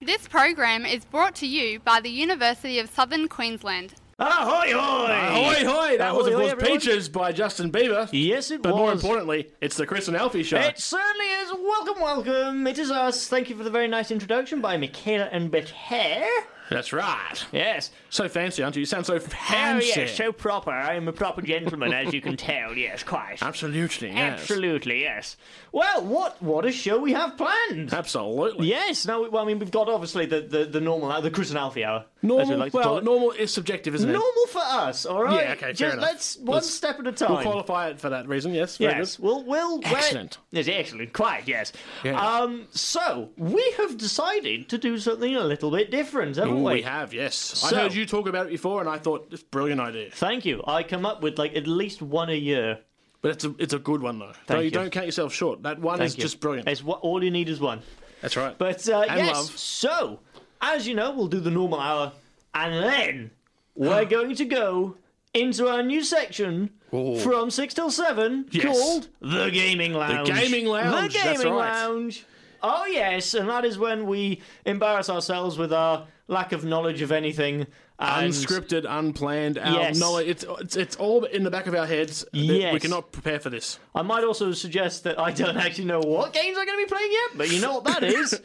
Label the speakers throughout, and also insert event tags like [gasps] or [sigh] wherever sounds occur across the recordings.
Speaker 1: This program is brought to you by the University of Southern Queensland.
Speaker 2: Ahoy, hoy!
Speaker 3: Ahoy, hoy! That was, of
Speaker 2: Ahoy, hoy,
Speaker 3: course,
Speaker 2: everyone.
Speaker 3: Peaches by Justin Bieber.
Speaker 2: Yes, it
Speaker 3: But
Speaker 2: was.
Speaker 3: more importantly, it's the Chris and Alfie show.
Speaker 2: It certainly is. Welcome, welcome. It is us. Thank you for the very nice introduction by Michaela and Bethair.
Speaker 3: That's right.
Speaker 2: Yes.
Speaker 3: So fancy, aren't you? You sound so fancy.
Speaker 2: Oh, yes, so proper. I am a proper gentleman, as you can tell. Yes, quite.
Speaker 3: Absolutely, yes.
Speaker 2: Absolutely, yes. Well, what what a show we have planned.
Speaker 3: Absolutely.
Speaker 2: Yes. Now, well, I mean, we've got obviously the, the, the normal hour, the Chris and Alfie hour. as we
Speaker 3: Normal,
Speaker 2: like to call
Speaker 3: well,
Speaker 2: it.
Speaker 3: normal is subjective, isn't it?
Speaker 2: normal for us. All right.
Speaker 3: Yeah, okay, fair
Speaker 2: Just
Speaker 3: enough.
Speaker 2: Let's one
Speaker 3: Let's-
Speaker 2: step at a time.
Speaker 3: We'll qualify it for that reason, yes. very
Speaker 2: Yes,
Speaker 3: good.
Speaker 2: we'll we'll we're-
Speaker 3: Excellent.
Speaker 2: Yes, excellent. Quite yes.
Speaker 3: Yeah.
Speaker 2: Um, so we have decided to do something a little bit different, haven't
Speaker 3: Ooh,
Speaker 2: we?
Speaker 3: we have, yes.
Speaker 2: So-
Speaker 3: I heard you talk about it before, and I thought, it's a brilliant idea.
Speaker 2: Thank you. I come up with like at least one a year.
Speaker 3: But it's a, it's a good one, though. no,
Speaker 2: Thank
Speaker 3: you,
Speaker 2: you.
Speaker 3: don't count yourself short. That one
Speaker 2: Thank
Speaker 3: is
Speaker 2: you.
Speaker 3: just brilliant.
Speaker 2: It's what all you need is one.
Speaker 3: That's right.
Speaker 2: But uh,
Speaker 3: And
Speaker 2: yes,
Speaker 3: love.
Speaker 2: so as you know, we'll do the normal hour, and
Speaker 3: [gasps]
Speaker 2: then we're going to go into our new section
Speaker 3: Ooh.
Speaker 2: from six till seven
Speaker 3: Yes.
Speaker 2: called the gaming lounge.
Speaker 3: Gaming Lounge,
Speaker 2: The
Speaker 3: that's
Speaker 2: gaming
Speaker 3: right.
Speaker 2: lounge. Oh yes, and that is when we embarrass ourselves with our lack of knowledge of anything. And
Speaker 3: Unscripted, unplanned, our
Speaker 2: Yes.
Speaker 3: knowledge, it's, it's, it's all in the back of our heads. We
Speaker 2: Yes.
Speaker 3: cannot prepare for this.
Speaker 2: I might also suggest that I don't actually know what games I'm going to be playing yet, but you know what that
Speaker 3: [laughs]
Speaker 2: is.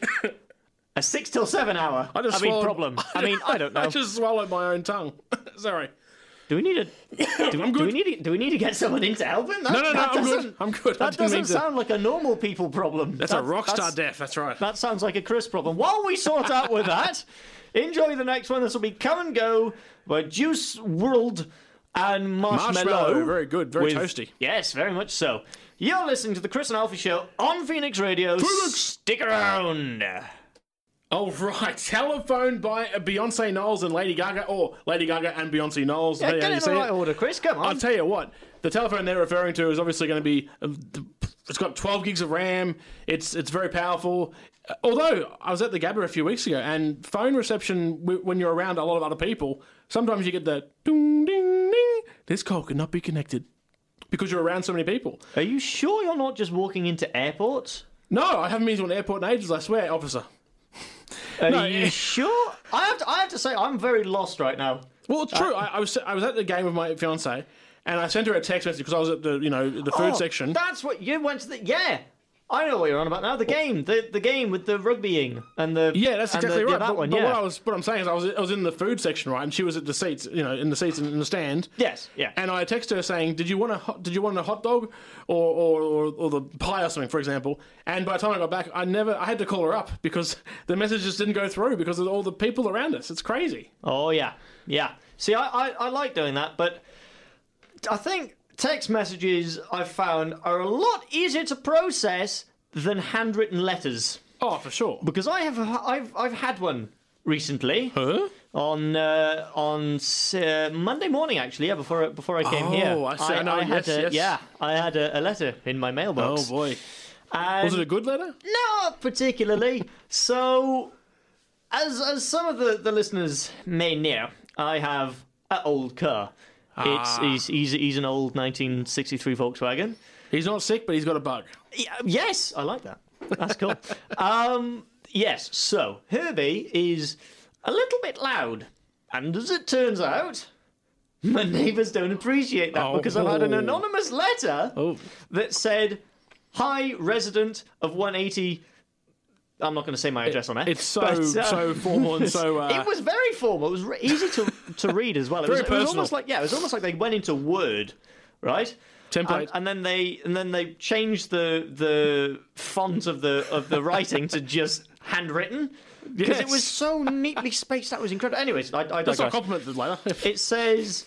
Speaker 2: A six till seven hour. I,
Speaker 3: just
Speaker 2: mean,
Speaker 3: swallowed-
Speaker 2: problem. I mean, I
Speaker 3: [laughs]
Speaker 2: don't know.
Speaker 3: I just swallowed my own tongue. [laughs] Sorry.
Speaker 2: Do we need a? Do,
Speaker 3: I'm
Speaker 2: do we
Speaker 3: good.
Speaker 2: need? To, do we need to get someone in to help him? That,
Speaker 3: No, no, no,
Speaker 2: that
Speaker 3: I'm
Speaker 2: doesn't-
Speaker 3: good. I'm good. I
Speaker 2: That
Speaker 3: didn't mean
Speaker 2: doesn't
Speaker 3: to-
Speaker 2: sound like a normal people problem.
Speaker 3: That's a rock star death. That's right.
Speaker 2: That sounds like a Chris problem. While we sort out with
Speaker 3: [laughs]
Speaker 2: that, enjoy the next one. This will be Come and Go by Juice World and Marshmallow.
Speaker 3: Marshmallow, very good, very
Speaker 2: with-
Speaker 3: toasty.
Speaker 2: Yes, very much so. You're listening to the Chris and Alfie Show on Phoenix Radio.
Speaker 3: Phoenix!
Speaker 2: Stick around.
Speaker 3: All right. [laughs] Telephone by Beyonce Knowles and Lady Gaga, or Lady Gaga and Beyonce Knowles.
Speaker 2: Yeah,
Speaker 3: depending
Speaker 2: get
Speaker 3: how you
Speaker 2: in
Speaker 3: say
Speaker 2: the
Speaker 3: it.
Speaker 2: right order, Chris. Come
Speaker 3: I'll
Speaker 2: on.
Speaker 3: tell you what. The telephone they're referring to is obviously going to be. uh, It's got 12 gigs of RAM. It's it's very powerful. Uh, Although I was at the Gabba a few weeks ago, and phone reception w- when you're around a lot of other people, sometimes you get the ding ding ding. This call could not be connected because you're around so many people.
Speaker 2: Are you sure you're not just walking into airports?
Speaker 3: No, I haven't been to an airport in ages. I swear, officer.
Speaker 2: Are
Speaker 3: No,
Speaker 2: you
Speaker 3: eh.
Speaker 2: sure? I have, to, I have to say, I'm very lost right now.
Speaker 3: Well, it's true. I, I was I was at the game with my fiance, and I sent her a text message because I was at the you know the food
Speaker 2: Oh,
Speaker 3: section.
Speaker 2: That's what you went to the. Yeah! I know what you're on about now. The game. The the game with the rugbying and the.
Speaker 3: Yeah, that's
Speaker 2: and
Speaker 3: exactly
Speaker 2: the,
Speaker 3: right.
Speaker 2: that
Speaker 3: but
Speaker 2: one,
Speaker 3: but
Speaker 2: yeah.
Speaker 3: what I was what I'm saying is I was I was in the food section, right, and she was at the seats, you know, in the seats in, in the stand.
Speaker 2: Yes, yeah.
Speaker 3: And I texted her saying, "Did you want a hot, did you want a hot dog, or or, or or the pie or something, for example?" And by the time I got back, I never I had to call her up because [laughs] the messages didn't go through because of all the people around us. It's crazy.
Speaker 2: oh, yeah. Yeah. See, I, I, I like doing that, but I think text messages I've found are a lot easier to process than handwritten letters.
Speaker 3: Oh, for sure.
Speaker 2: Because I have. I've, I've had one recently.
Speaker 3: Huh?
Speaker 2: on uh, on s- uh, Monday morning, actually, yeah, before before I came
Speaker 3: Oh,
Speaker 2: here.
Speaker 3: I see. I know.
Speaker 2: had
Speaker 3: Yes,
Speaker 2: a,
Speaker 3: yes.
Speaker 2: Yeah, I had a, a letter in my
Speaker 3: Oh
Speaker 2: mailbox.
Speaker 3: boy.
Speaker 2: and
Speaker 3: Was it a good letter?
Speaker 2: Not particularly. so, as as some of the, the listeners may know, I have an old car. It's
Speaker 3: Ah.
Speaker 2: he's, he's he's an old 1963 Volkswagen.
Speaker 3: He's not sick, but he's got a bug.
Speaker 2: Yeah, Uh, Yes, I like that. That's cool. um, yes, so Herbie is a little bit loud, and as it turns out, my neighbours don't appreciate that
Speaker 3: Oh.
Speaker 2: because I've had an anonymous letter
Speaker 3: Oh.
Speaker 2: that said, "Hi, resident of 180." I'm not going to say my address on air.
Speaker 3: It's so
Speaker 2: but, uh,
Speaker 3: so formal
Speaker 2: [laughs]
Speaker 3: and so. Uh,
Speaker 2: it was very formal. It was re- easy to to read as well. It,
Speaker 3: Very
Speaker 2: was, it was almost
Speaker 3: personal.
Speaker 2: like yeah, it was almost like they went into Word, right?
Speaker 3: Template.
Speaker 2: And, and then they and then they changed the the font of the of the writing to just
Speaker 3: [laughs]
Speaker 2: handwritten because it
Speaker 3: Yes.
Speaker 2: was so neatly spaced. That was incredible. Anyways, I, I
Speaker 3: That's not
Speaker 2: digress. Um,
Speaker 3: a compliment, the letter.
Speaker 2: It says,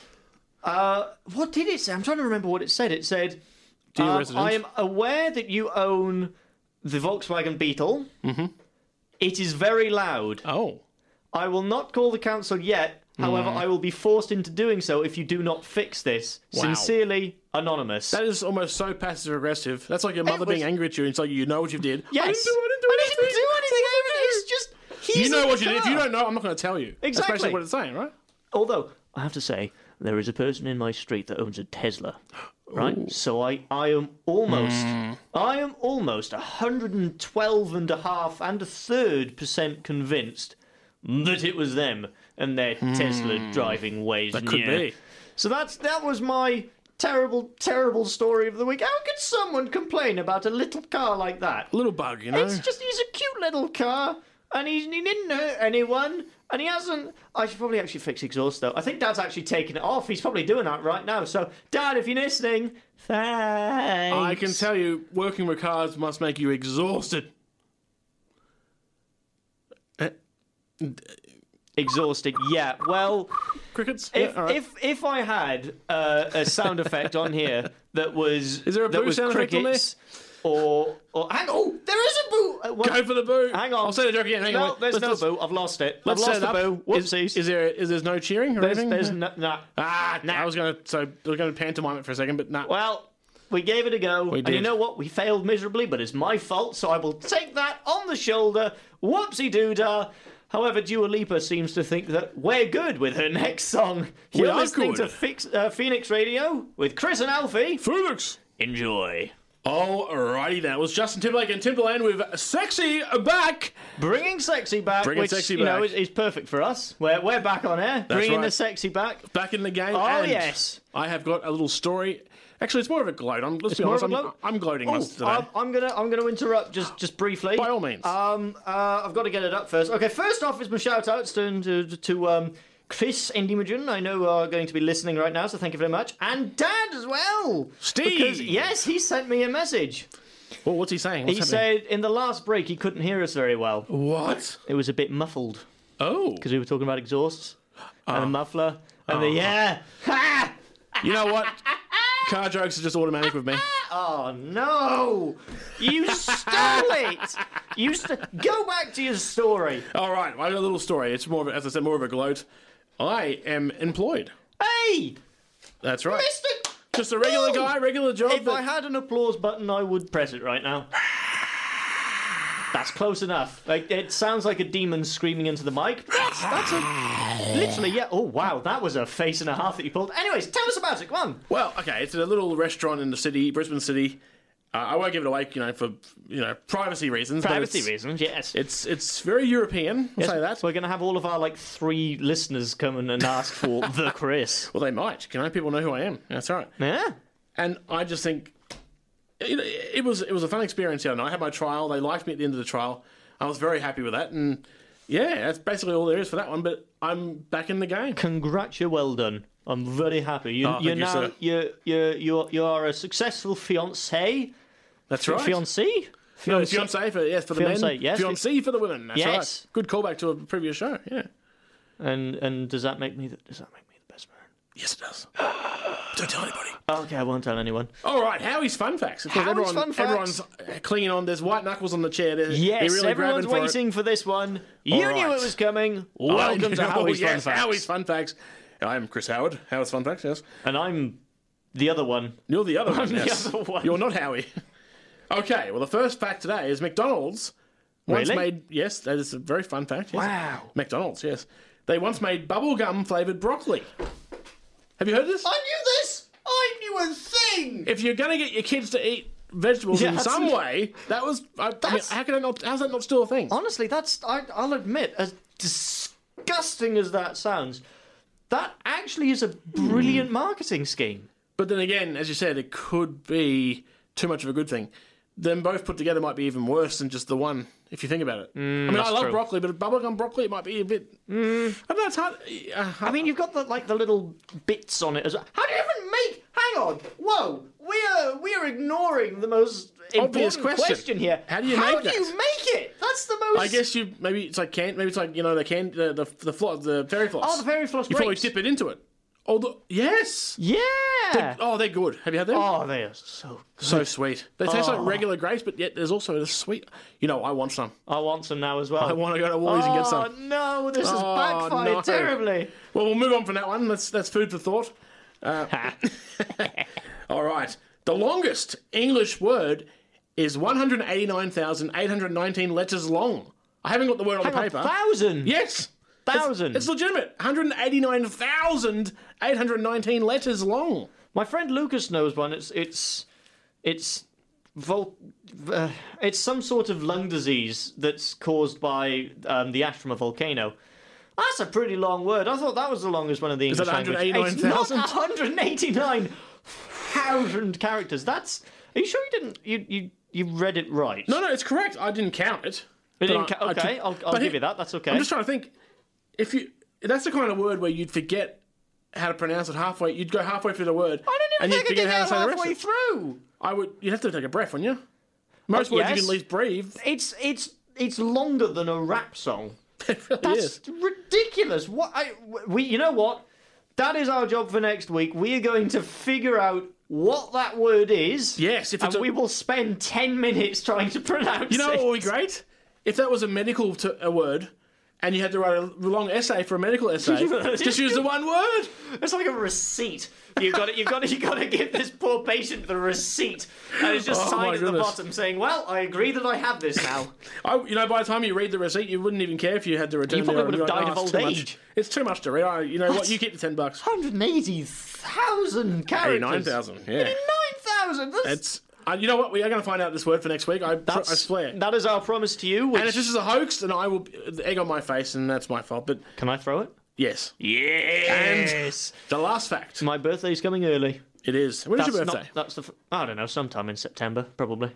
Speaker 2: uh, what did it say? I'm trying to remember what it said. It said,
Speaker 3: Dear
Speaker 2: um,
Speaker 3: resident.
Speaker 2: I am aware that you own the Volkswagen Beetle. Mm-hmm. is very loud.
Speaker 3: Oh.
Speaker 2: I will not call the council yet. However,
Speaker 3: Mm.
Speaker 2: I will be forced into doing so if you do not fix this. Sincerely, Anonymous.
Speaker 3: That is almost so passive aggressive. That's like your mother
Speaker 2: was-
Speaker 3: being angry at you. It's like you know what you did.
Speaker 2: yes.
Speaker 3: I didn't do it. I didn't do it.
Speaker 2: I didn't do anything. It's just. He's
Speaker 3: You know
Speaker 2: in
Speaker 3: what
Speaker 2: the
Speaker 3: you did. If
Speaker 2: car.
Speaker 3: you don't know, I'm not going to tell you. That's
Speaker 2: Exactly.
Speaker 3: basically what it's saying, right? [gasps]
Speaker 2: Although, I have to say, there is a person in my street that owns a Tesla. right? So I, I am almost,
Speaker 3: Hmm.
Speaker 2: I am almost 112 and a half and a third percent convinced that it was them and their Tesla driving ways.
Speaker 3: Hmm. That could
Speaker 2: near.
Speaker 3: be.
Speaker 2: So that's that was my terrible, terrible story of the week. How could someone complain about a little car like that?
Speaker 3: Little bug, you know.
Speaker 2: It's just he's a cute little car, and he's, he didn't hurt anyone, and he hasn't. I should probably actually fix exhaust though. I think Dad's actually taking it off. He's probably doing that right now. So, Dad, if you're listening, thanks.
Speaker 3: I can tell you, working with cars must make you exhausted. Eh,
Speaker 2: Exhausted. Yeah. Well,
Speaker 3: crickets?
Speaker 2: if
Speaker 3: Yeah, all right.
Speaker 2: if, if I had uh, a sound effect on here that was
Speaker 3: [laughs] Is there a
Speaker 2: that
Speaker 3: boo
Speaker 2: was
Speaker 3: sound effect on
Speaker 2: crickets, or or hang oh there is a boo. Uh, what-
Speaker 3: Go for the boo.
Speaker 2: hang on.
Speaker 3: I'll say the joke again. Hang
Speaker 2: no,
Speaker 3: on.
Speaker 2: there's
Speaker 3: Let's-
Speaker 2: no
Speaker 3: let's-
Speaker 2: boo. I've lost it. I've
Speaker 3: Let's
Speaker 2: lost
Speaker 3: set
Speaker 2: the
Speaker 3: it
Speaker 2: boo.
Speaker 3: up. Is,
Speaker 2: Whoopsies.
Speaker 3: is there is there's no cheering or
Speaker 2: there's
Speaker 3: anything?
Speaker 2: there's no, no.
Speaker 3: [laughs] ah, I was gonna so I was gonna pantomime it for a second, but nah.
Speaker 2: Well, we gave it a go. And you
Speaker 3: did.
Speaker 2: know what? We failed miserably, but it's my fault, so I will take that on the shoulder. Whoopsie doodah. However, Dua Lipa seems to think that we're good with her next song. You're
Speaker 3: are
Speaker 2: listening
Speaker 3: good.
Speaker 2: to Fix, uh, Phoenix Radio with Chris and Alfie.
Speaker 3: Felix.
Speaker 2: Enjoy.
Speaker 3: Alrighty, that was Justin Timberlake and Timberland with "Sexy" back.
Speaker 2: Bringing sexy back,
Speaker 3: Bringing
Speaker 2: which
Speaker 3: sexy
Speaker 2: you know
Speaker 3: back.
Speaker 2: is, is perfect for us. We're, we're back on air, bringing
Speaker 3: right.
Speaker 2: the sexy back.
Speaker 3: back in the game.
Speaker 2: Oh,
Speaker 3: and
Speaker 2: yes.
Speaker 3: I have got a little story. Actually, it's more of a gloat. I'm, let's be
Speaker 2: more
Speaker 3: honest,
Speaker 2: of a
Speaker 3: I'm,
Speaker 2: gloat?
Speaker 3: I'm gloating
Speaker 2: Oh,
Speaker 3: most of today.
Speaker 2: I'm, I'm gonna I'm gonna interrupt just just briefly.
Speaker 3: By all means.
Speaker 2: Um, uh, I've got to get it up first. Okay, first off is my shout outs to, to, to um, Chris and Imogen. I know are going to be listening right now, so thank you very much. And Dad as well.
Speaker 3: Steve.
Speaker 2: Because, yes, he sent me a message.
Speaker 3: well, what's he saying?
Speaker 2: He
Speaker 3: What's happening?
Speaker 2: said in the last break he couldn't hear us very well.
Speaker 3: what?
Speaker 2: It was a bit muffled
Speaker 3: Oh,
Speaker 2: because we were talking about exhausts
Speaker 3: Ah.
Speaker 2: and a muffler and the yeah. Ha!
Speaker 3: you know
Speaker 2: [laughs]
Speaker 3: what? Car jokes are just automatic with me.
Speaker 2: Oh no! You stole it. You st- go back to your
Speaker 3: [laughs]
Speaker 2: story.
Speaker 3: All right, well, I got a little story. It's more, of, a- as I said, more of a gloat. I am employed.
Speaker 2: Hey,
Speaker 3: That's right.
Speaker 2: Mister.
Speaker 3: Just a regular
Speaker 2: Bill!
Speaker 3: guy, regular job.
Speaker 2: If
Speaker 3: but-
Speaker 2: I had an applause button, I would press it right now. That's close enough. Like it sounds like a demon screaming into the mic. but That's, that's a, literally, yeah. Oh wow, that was a face and a half that you pulled. Anyways, tell us about it. Come on.
Speaker 3: Well, okay, it's at a little restaurant in the city, Brisbane city. Uh, I won't give it away, you know, for you know privacy reasons. but
Speaker 2: Privacy
Speaker 3: it's,
Speaker 2: reasons, yes.
Speaker 3: It's it's very European. I'll say that.
Speaker 2: We're going to have all of our like three listeners come in and ask for
Speaker 3: [laughs]
Speaker 2: the Chris.
Speaker 3: Well, they might. You know, people know who I am. That's all right.
Speaker 2: Yeah.
Speaker 3: And I just think it, it was it was a fun experience. You know, I had my trial. They liked me at the end of the trial. I was very happy with that. And yeah, that's basically all there is for that one. But I'm back in the game.
Speaker 2: Congrats, you're well done. I'm very happy. You,
Speaker 3: Oh,
Speaker 2: you're
Speaker 3: thank you,
Speaker 2: now
Speaker 3: sir.
Speaker 2: you're you're you're you are a successful fiance,
Speaker 3: That's right.
Speaker 2: fiancee,
Speaker 3: No, fiance for yes for the
Speaker 2: Fiancé,
Speaker 3: men.
Speaker 2: yes.
Speaker 3: Fiancé for the women. That's
Speaker 2: Yes.
Speaker 3: right. Good callback to a previous show. Yeah.
Speaker 2: And and does that make me the, does that make me the best man?
Speaker 3: Yes, it does. [gasps] Don't tell anybody.
Speaker 2: Okay, I won't tell anyone.
Speaker 3: All right, Howie's fun facts. Of course,
Speaker 2: Howie's
Speaker 3: everyone,
Speaker 2: fun facts.
Speaker 3: everyone's uh, clinging on. There's white knuckles on the chair. They're,
Speaker 2: Yes,
Speaker 3: they're really
Speaker 2: everyone's
Speaker 3: grabbing for it.
Speaker 2: waiting for this one. You
Speaker 3: All
Speaker 2: knew
Speaker 3: right.
Speaker 2: it was coming.
Speaker 3: I
Speaker 2: Welcome
Speaker 3: [laughs]
Speaker 2: to
Speaker 3: know,
Speaker 2: Howie's Fun
Speaker 3: Oh, yes,
Speaker 2: Facts.
Speaker 3: Howie's fun facts. I'm Chris Howard. Howie's fun facts. Yes,
Speaker 2: And I'm the other one.
Speaker 3: you're the other one.
Speaker 2: the
Speaker 3: yes.
Speaker 2: other one.
Speaker 3: You're not Howie. [laughs] Okay. Well, the first fact today is McDonald's once
Speaker 2: Really?
Speaker 3: made. Yes, that is a very fun fact. Yes.
Speaker 2: Wow.
Speaker 3: McDonald's. Yes, they once made bubblegum flavored broccoli. Have you heard this?
Speaker 2: I knew this. I knew a thing.
Speaker 3: if you're gonna get your kids to eat vegetables in
Speaker 2: Yes.
Speaker 3: some way, that was I, I mean,
Speaker 2: That's-
Speaker 3: how can that not? How's that not still a thing?
Speaker 2: Honestly, that's I, I'll admit, as disgusting as that sounds, that actually is a brilliant marketing scheme.
Speaker 3: But then again, as you said, it could be too much of a good thing. Them both put together might be even worse than just the one, if you think about it. I mean, I love
Speaker 2: Mm, true. Mm.
Speaker 3: broccoli, but bubblegum broccoli, it might be a bit. I don't know, it's hard. Uh,
Speaker 2: I mean, you've got the like the little bits on it as well. How do you even make? Hang on, whoa, we are we are ignoring the most
Speaker 3: Obvious
Speaker 2: important
Speaker 3: question.
Speaker 2: here.
Speaker 3: How do you
Speaker 2: How
Speaker 3: make
Speaker 2: do
Speaker 3: that?
Speaker 2: you make it? That's the most.
Speaker 3: I guess you maybe it's like can maybe it's like you know the can the the the, flo- the fairy floss.
Speaker 2: Oh, the fairy floss
Speaker 3: You probably
Speaker 2: grapes.
Speaker 3: dip it into it. Oh, the, yes.
Speaker 2: Yeah.
Speaker 3: Oh, they're good. Have you had them?
Speaker 2: oh, they are so.
Speaker 3: so sweet. They taste like regular grapes, but yet there's also the sweet. You know, I want some.
Speaker 2: I want some now as well.
Speaker 3: I want to go to Woolies and get some.
Speaker 2: Oh no, this has
Speaker 3: Oh,
Speaker 2: backfired [laughs]
Speaker 3: no.
Speaker 2: terribly.
Speaker 3: Well, we'll move on from that one. That's that's food for thought. Uh, all right. The longest English word is 189,819 letters long. I haven't got the word on the
Speaker 2: Hang on,
Speaker 3: paper.
Speaker 2: thousand.
Speaker 3: yes.
Speaker 2: Thousand.
Speaker 3: It's legitimate. 189,819 letters long.
Speaker 2: My friend Lucas knows one. It's it's it's vol- uh, it's some sort of lung disease that's caused by um, the ash from a volcano. That's a pretty long word. I thought that was the longest one of the
Speaker 3: Is
Speaker 2: English
Speaker 3: that
Speaker 2: language. It's not [laughs]
Speaker 3: 189,000?
Speaker 2: 189,000 characters. That's. Are you sure you didn't? You you you read it right?
Speaker 3: No, no, it's correct. I didn't count
Speaker 2: You
Speaker 3: it. But
Speaker 2: didn't
Speaker 3: I-
Speaker 2: ca-
Speaker 3: I
Speaker 2: okay,
Speaker 3: took-
Speaker 2: I'll, I'll
Speaker 3: but
Speaker 2: give
Speaker 3: he-
Speaker 2: you that. That's okay.
Speaker 3: I'm just trying to think. If you, that's the kind of word where you'd forget how to pronounce it halfway. You'd go halfway through the word.
Speaker 2: I don't
Speaker 3: and
Speaker 2: even
Speaker 3: you'd
Speaker 2: think I did
Speaker 3: forget how
Speaker 2: that
Speaker 3: to say the rest. of
Speaker 2: halfway
Speaker 3: it.
Speaker 2: through.
Speaker 3: I would. You'd have to take a breath, wouldn't you? Most words you
Speaker 2: yes.
Speaker 3: can at least breathe.
Speaker 2: It's it's it's longer than a rap song.
Speaker 3: It really
Speaker 2: That's
Speaker 3: is.
Speaker 2: ridiculous. What I we you know what? That is our job for next week. We are going to figure out what that word is.
Speaker 3: Yes, if it's
Speaker 2: and
Speaker 3: a-
Speaker 2: we will spend ten minutes trying to pronounce.
Speaker 3: You know
Speaker 2: it. [laughs]
Speaker 3: what would be great? If that was a medical t- a word, and you had to write a long essay for a
Speaker 2: [laughs]
Speaker 3: medical essay, just use the one word.
Speaker 2: It's like a receipt. You've got to, You've got to, You've got to give this poor patient the receipt, and it's just
Speaker 3: Oh, my
Speaker 2: signed at the
Speaker 3: goodness.
Speaker 2: bottom saying, "Well, I agree that I have this
Speaker 3: [laughs]
Speaker 2: now."
Speaker 3: I, you know, by the time you read the receipt, you wouldn't even care if you had to return.
Speaker 2: You probably
Speaker 3: the-
Speaker 2: would have
Speaker 3: you're like,
Speaker 2: died
Speaker 3: "Oh,
Speaker 2: of
Speaker 3: it's
Speaker 2: old
Speaker 3: too much.
Speaker 2: age."
Speaker 3: It's too much to read. I, you know what? You get the ten bucks.
Speaker 2: Hundred eighty thousand characters.
Speaker 3: Eighty-nine thousand. Yeah.
Speaker 2: Nine thousand.
Speaker 3: It's. Uh, you know what? We are going to find out this word for next week. I, pro- I swear.
Speaker 2: That is our promise to you. Which...
Speaker 3: and if this is a hoax, then I will the egg on my face, and that's my fault. But
Speaker 2: Can I throw it?
Speaker 3: yes,
Speaker 2: Yes.
Speaker 3: the last fact.
Speaker 2: My birthday's coming early.
Speaker 3: It is. When is your birthday?
Speaker 2: Not, that's the. F- I don't know. Sometime in September, probably.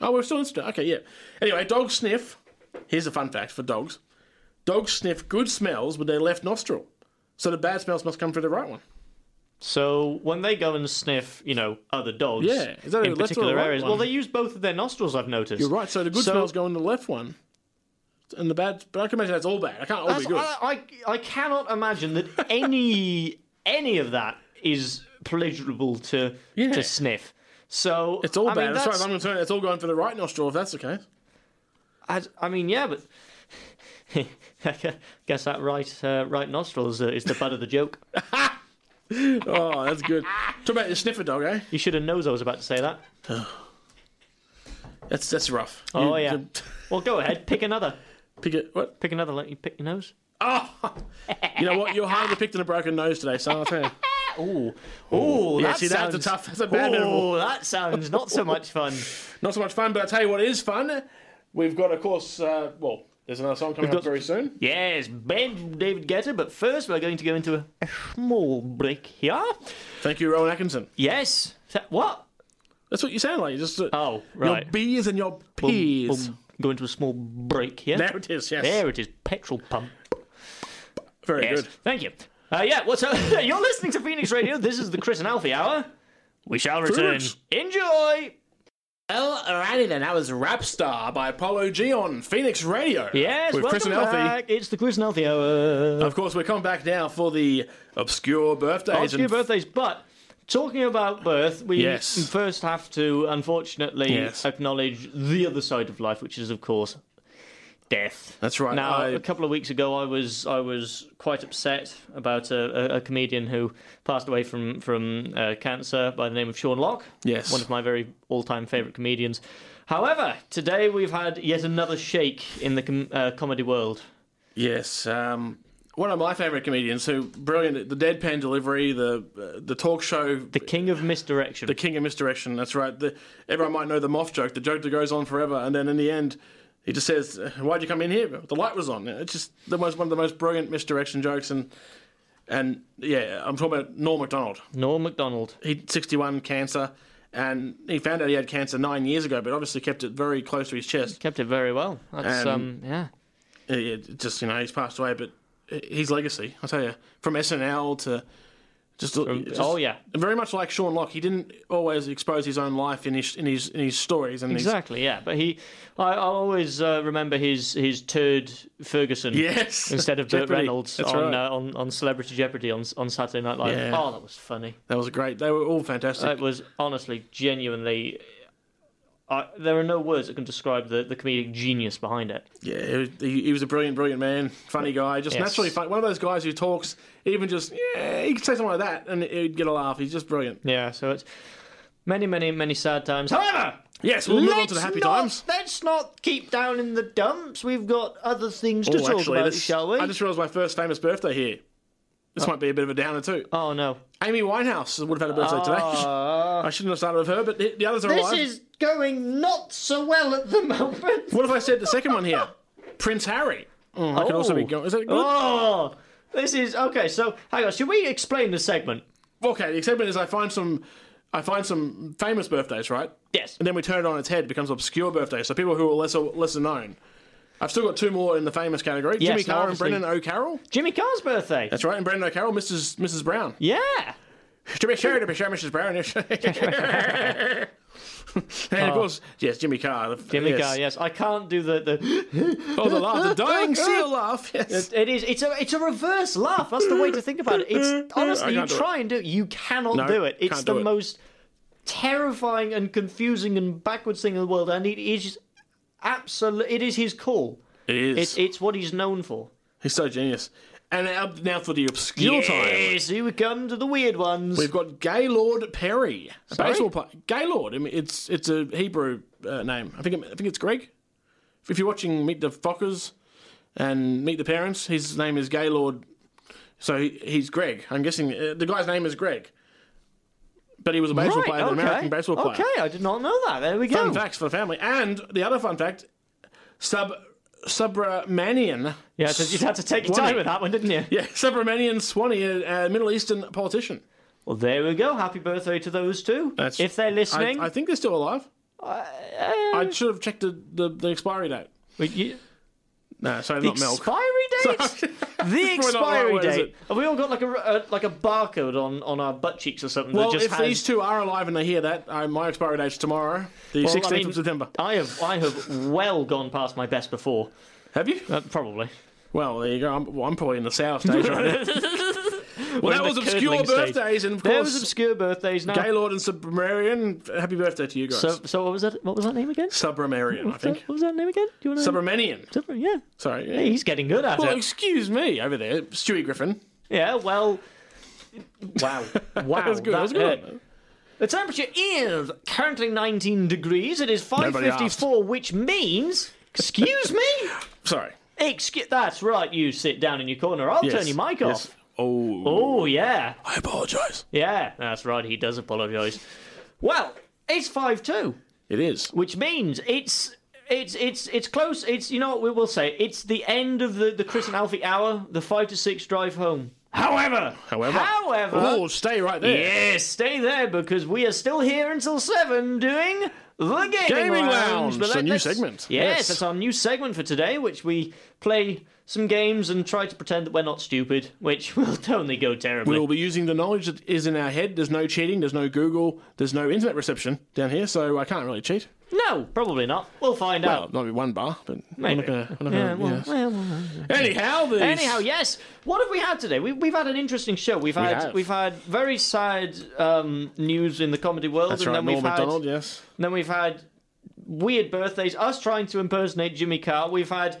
Speaker 3: Oh, we're still in Snow. Okay, yeah. Anyway, dogs sniff. Here's a fun fact for dogs. Dogs sniff good smells with their left nostril. So the bad smells must come through the right one.
Speaker 2: So when they go and sniff, you know, other dogs.
Speaker 3: Yeah, is that a
Speaker 2: in
Speaker 3: left or a
Speaker 2: particular
Speaker 3: right
Speaker 2: areas.
Speaker 3: one?
Speaker 2: Well, they use both of their nostrils. I've noticed.
Speaker 3: You're right. So the good smells go in the left one. And the bad, but I can imagine that's all bad. I can't all be
Speaker 2: That's-
Speaker 3: good.
Speaker 2: I, I I cannot imagine that
Speaker 3: [laughs]
Speaker 2: any any of that is pleasurable to
Speaker 3: Yeah.
Speaker 2: to sniff. So
Speaker 3: it's all
Speaker 2: I
Speaker 3: bad.
Speaker 2: Mean,
Speaker 3: that's right.
Speaker 2: that's-
Speaker 3: if I'm going to turn. It's all going for the right nostril if that's the case.
Speaker 2: I, I mean, yeah, but [laughs] I guess that right uh, right nostril is, uh, is the butt of the joke.
Speaker 3: Oh,
Speaker 2: [laughs]
Speaker 3: that's good. Talk about the sniffer dog, eh?
Speaker 2: You should have known I was about to say that.
Speaker 3: That's that's rough.
Speaker 2: Oh
Speaker 3: You-
Speaker 2: yeah. Well, go ahead. Pick another.
Speaker 3: [laughs] Pick it. What?
Speaker 2: Pick another. Let you pick your nose.
Speaker 3: Oh, you know what? You're harder picked than a broken nose today, son. I'll tell you.
Speaker 2: Ooh. Ooh.
Speaker 3: Yeah,
Speaker 2: that
Speaker 3: see,
Speaker 2: sounds
Speaker 3: that's a tough- that's a bad
Speaker 2: Ooh,
Speaker 3: edible.
Speaker 2: that sounds not so
Speaker 3: [laughs]
Speaker 2: much fun.
Speaker 3: Not so much fun, but I tell you what is fun. We've got, of course, uh, well, there's another song coming
Speaker 2: We've
Speaker 3: up
Speaker 2: got-
Speaker 3: very soon.
Speaker 2: Yes, Ben David Guetta. But first, we're going to go into a, a small break here.
Speaker 3: Thank you, Rowan Atkinson.
Speaker 2: Yes. Th- What?
Speaker 3: That's what you sound like. You just uh,
Speaker 2: Oh,
Speaker 3: your
Speaker 2: right.
Speaker 3: bees and your
Speaker 2: We'll-
Speaker 3: peas.
Speaker 2: We'll go into a small break here.
Speaker 3: there it is. Yes,
Speaker 2: There it is. Petrol pump.
Speaker 3: very
Speaker 2: Yes.
Speaker 3: good.
Speaker 2: Thank you. Uh, yeah, what's up? [laughs] You're listening to Phoenix Radio. This is the Chris and Alfie Hour. We shall return.
Speaker 3: Fruits.
Speaker 2: Enjoy.
Speaker 3: Well, alrighty then. That was Rap Star by Apollo G on Phoenix Radio.
Speaker 2: Yes,
Speaker 3: with
Speaker 2: welcome
Speaker 3: Chris and Elfie.
Speaker 2: back. It's the Chris and Alfie Hour.
Speaker 3: Of course, we're coming back now for the obscure birthdays.
Speaker 2: Obscure
Speaker 3: and
Speaker 2: birthdays, but talking about birth, we
Speaker 3: Yes.
Speaker 2: first have to, unfortunately,
Speaker 3: Yes.
Speaker 2: acknowledge the other side of life, which is, of course, death.
Speaker 3: That's right.
Speaker 2: Now,
Speaker 3: I-
Speaker 2: a couple of weeks ago, I was I was quite upset about a, a, a comedian who passed away from from uh, cancer by the name of Sean Locke.
Speaker 3: Yes.
Speaker 2: one of my very all time favorite comedians. However, today we've had yet another shake in the com- uh, comedy world.
Speaker 3: Yes. Um, one of my favourite comedians, who brilliant, at the deadpan delivery, the uh, the talk show,
Speaker 2: The king of misdirection.
Speaker 3: the king of misdirection. That's right. The, everyone might know the moth joke, the joke that goes on forever, and then in the end, he just says, "Uh, "Why'd you come in here? The light was on." It's just the most one of the most brilliant misdirection jokes, and and yeah, I'm talking about Norm Macdonald.
Speaker 2: Norm Macdonald.
Speaker 3: He 61 cancer, and he found out he had cancer nine years ago, but obviously kept it very close to his chest.
Speaker 2: Kept it very well. That's
Speaker 3: Um,
Speaker 2: um, yeah.
Speaker 3: it- it just you know he's passed away, but uh, his legacy, I tell you, from SNL to just, just-
Speaker 2: oh, yeah.
Speaker 3: very much like Sean Locke. He didn't always expose his own life in his in his in his stories and his,
Speaker 2: Exactly, yeah. But he, I, I always uh, remember his his turd Ferguson. [laughs]
Speaker 3: Yes.
Speaker 2: Instead
Speaker 3: [laughs]
Speaker 2: of Burt
Speaker 3: Jeopardy.
Speaker 2: Reynolds
Speaker 3: That's
Speaker 2: on,
Speaker 3: right.
Speaker 2: uh, on on Celebrity Jeopardy on on Saturday Night Live.
Speaker 3: Yeah.
Speaker 2: Oh, that was funny.
Speaker 3: that was great. They were all fantastic.
Speaker 2: That was honestly, genuinely. I, there are no words that can describe the, the comedic genius behind it.
Speaker 3: yeah, he, was- he he was a brilliant, brilliant man, funny guy, just
Speaker 2: Yes.
Speaker 3: naturally funny. One of those guys who talks, even just yeah, he could say something like that and he'd get a laugh. He's just brilliant.
Speaker 2: Yeah, so it's many, many, many sad times. However,
Speaker 3: Yes, we'll move on to the
Speaker 2: let's
Speaker 3: happy
Speaker 2: not-
Speaker 3: times.
Speaker 2: Let's not keep down in the dumps. We've got other things to
Speaker 3: Oh,
Speaker 2: talk
Speaker 3: actually,
Speaker 2: about,
Speaker 3: this-
Speaker 2: shall we?
Speaker 3: I just realised my first famous birthday here. This might be a bit of a downer too.
Speaker 2: Oh no.
Speaker 3: Amy Winehouse would have had a birthday today.
Speaker 2: Ah.
Speaker 3: [laughs] I shouldn't have started with her, but the, the others are
Speaker 2: This
Speaker 3: alive.
Speaker 2: is going not so well at the moment.
Speaker 3: What if I said the second one here? Prince Harry. Oh,
Speaker 2: Mm-hmm.
Speaker 3: I could also be going. Is that good?
Speaker 2: Oh, this is okay. So, hang on. Should we explain the segment?
Speaker 3: Okay. The exception is I find some, I find some famous birthdays, right?
Speaker 2: Yes.
Speaker 3: And then we turn it on its head, it becomes obscure birthdays. So people who are lesser lesser known. I've still got two more in the famous category:
Speaker 2: Yes,
Speaker 3: Jimmy
Speaker 2: no,
Speaker 3: Carr and
Speaker 2: obviously.
Speaker 3: Brendan O'Carroll.
Speaker 2: Jimmy Carr's birthday.
Speaker 3: That's right, and Brendan O'Carroll, Mrs. Mrs. Brown.
Speaker 2: yeah.
Speaker 3: To be sure, to be sure,
Speaker 2: [laughs]
Speaker 3: Mrs. Brown. [laughs] and of course, yes, Jimmy Carr. The,
Speaker 2: Oh. Jimmy
Speaker 3: yes.
Speaker 2: Carr. Yes, I can't do the the.
Speaker 3: Oh, the laugh, the dying seal
Speaker 2: [laughs]
Speaker 3: laugh. Yes.
Speaker 2: It is. It's a. It's a reverse laugh. That's the way to think about it. [laughs] It's
Speaker 3: I
Speaker 2: honestly, you
Speaker 3: can't do it.
Speaker 2: try and do it. You cannot
Speaker 3: No,
Speaker 2: do it. It's
Speaker 3: can't
Speaker 2: the
Speaker 3: do it.
Speaker 2: most terrifying and confusing and backwards thing in the world, and it is absolute. It is his call.
Speaker 3: It is.
Speaker 2: It's it's what he's known for.
Speaker 3: He's so genius. And now- now for the obscure time.
Speaker 2: Yes, here we come to the weird ones.
Speaker 3: We've got Gaylord Perry, a
Speaker 2: Sorry?
Speaker 3: baseball player. Gaylord. I mean, it's it's a Hebrew uh, name. I think it, I think it's Greek. If you're watching Meet the Fockers and Meet the Parents, his name is Gaylord. So he, he's Greg. I'm guessing uh, the guy's name is Greg. But he was a baseball player, an American baseball player.
Speaker 2: Okay, Oh. I did not know that. There we
Speaker 3: Fun
Speaker 2: go.
Speaker 3: facts for the family. And the other fun fact, Sub Subramanian.
Speaker 2: Yeah, so you'd had to take your time
Speaker 3: Swanee.
Speaker 2: with that one, didn't you?
Speaker 3: Yeah, Subramanian Swanee, a, a Middle Eastern politician.
Speaker 2: Well, there we go. Happy birthday to those two.
Speaker 3: That's-
Speaker 2: if they're listening, uh,
Speaker 3: I, I think they're still alive. I should have checked the, the, the expiry date.
Speaker 2: Wait, you-
Speaker 3: No, sorry,
Speaker 2: the
Speaker 3: [laughs] not milk.
Speaker 2: expiry date. the
Speaker 3: It's probably not the right
Speaker 2: expiry
Speaker 3: word, is
Speaker 2: date.
Speaker 3: it?
Speaker 2: Have we all got like a, a like a barcode on on our butt cheeks or something?
Speaker 3: Well,
Speaker 2: that just
Speaker 3: if
Speaker 2: has,
Speaker 3: these two are alive and they hear that, I, my expiry date's tomorrow, the
Speaker 2: Well, I
Speaker 3: 16th
Speaker 2: mean,
Speaker 3: of September.
Speaker 2: I have I have well gone past my best before.
Speaker 3: Have you?
Speaker 2: Uh, probably.
Speaker 3: Well, there you go. I'm, well, I'm probably in the sour
Speaker 2: [laughs]
Speaker 3: stage right now. well, that
Speaker 2: in
Speaker 3: was
Speaker 2: the
Speaker 3: obscure
Speaker 2: curdling stage.
Speaker 3: birthdays, and of
Speaker 2: There
Speaker 3: course,
Speaker 2: was obscure birthdays now.
Speaker 3: Gaylord and Subramanian. Happy birthday to you guys.
Speaker 2: so so what was that? What was that name again?
Speaker 3: Subramanian, I think.
Speaker 2: What was that name again? Do you want to?
Speaker 3: Subramanian.
Speaker 2: yeah.
Speaker 3: Sorry.
Speaker 2: Hey, he's getting good at
Speaker 3: Well,
Speaker 2: it.
Speaker 3: excuse me over there, Stewie Griffin.
Speaker 2: Yeah, well. [laughs] Wow. Wow.
Speaker 3: That was good. That was
Speaker 2: hurt.
Speaker 3: good.
Speaker 2: The temperature is currently 19 degrees. It is
Speaker 3: Nobody
Speaker 2: 5.54, which means. Excuse me?
Speaker 3: Sorry.
Speaker 2: Excuse. That's right, you sit down in your corner. I'll turn
Speaker 3: Yes,
Speaker 2: your mic
Speaker 3: yes.
Speaker 2: off.
Speaker 3: Oh,
Speaker 2: Oh, yeah.
Speaker 3: I apologise.
Speaker 2: Yeah, that's right. He does apologise. Well, it's 5 2,
Speaker 3: It is.
Speaker 2: which means it's. It's it's it's close. It's you know what we will say. It's the end of the the Chris and Alfie hour. The five to six drive home. However,
Speaker 3: However.
Speaker 2: however,
Speaker 3: Oh, stay right there.
Speaker 2: Yes, stay there because we are still here until seven doing the gaming,
Speaker 3: Gaming Lounge,
Speaker 2: lounge.
Speaker 3: a new
Speaker 2: let's-
Speaker 3: segment.
Speaker 2: Yes,
Speaker 3: Yes.
Speaker 2: that's our new segment for today, which we play some games and try to pretend that we're not stupid, which [laughs] will only go terribly.
Speaker 3: We'll be using the knowledge that is in our head. There's no cheating. There's no Google. There's no internet reception down here, so I can't really cheat.
Speaker 2: No, probably not. We'll find
Speaker 3: Well,
Speaker 2: out.
Speaker 3: not with one bar, but I'm
Speaker 2: Maybe.
Speaker 3: not gonna. I'm not
Speaker 2: Yeah,
Speaker 3: gonna
Speaker 2: well,
Speaker 3: yes.
Speaker 2: well, well.
Speaker 3: Anyhow, these,
Speaker 2: Anyhow, yes. What have we had today? We, we've had an interesting show. We've had
Speaker 3: have.
Speaker 2: we've had very sad um, news in the comedy world,
Speaker 3: That's
Speaker 2: and
Speaker 3: right,
Speaker 2: then
Speaker 3: Norm
Speaker 2: we've had
Speaker 3: Macdonald. Yes.
Speaker 2: Then we've had weird birthdays, us trying to impersonate Jimmy Carr. We've
Speaker 3: [laughs]
Speaker 2: had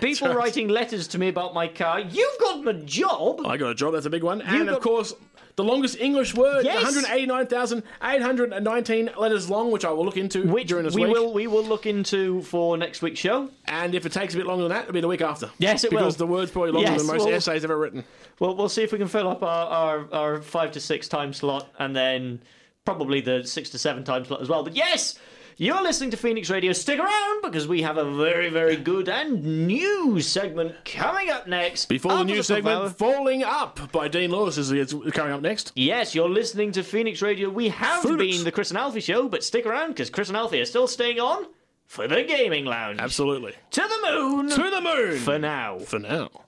Speaker 2: people writing letters to me about my car. You've got my job.
Speaker 3: I got a job. That's a big one. and of
Speaker 2: got-
Speaker 3: course, the longest English word,
Speaker 2: Yes.
Speaker 3: 189,819 letters long, which I will look into
Speaker 2: Which
Speaker 3: during this
Speaker 2: we
Speaker 3: week.
Speaker 2: will we will look into for next week's show.
Speaker 3: And if it takes a bit longer than that, it'll be the week after.
Speaker 2: Yes, it
Speaker 3: because
Speaker 2: will.
Speaker 3: the word's probably longer
Speaker 2: Yes,
Speaker 3: than most
Speaker 2: well-
Speaker 3: essays ever written.
Speaker 2: Well, we'll see if we can fill up our, our, our five to six time slot, and then probably the six to seven time slot as well. But yes, you're listening to Phoenix Radio. Stick around because we have a very very good and new segment coming up next.
Speaker 3: Before the
Speaker 2: After
Speaker 3: new
Speaker 2: top hour.
Speaker 3: segment, Falling Up by Dean Lewis is is coming up next.
Speaker 2: Yes, you're listening to Phoenix Radio. We have
Speaker 3: Phoenix.
Speaker 2: been the Chris and Alfie show, but stick around because Chris and Alfie are still staying on for the gaming lounge.
Speaker 3: Absolutely.
Speaker 2: To the moon
Speaker 3: To the moon!
Speaker 2: for now.
Speaker 3: For now.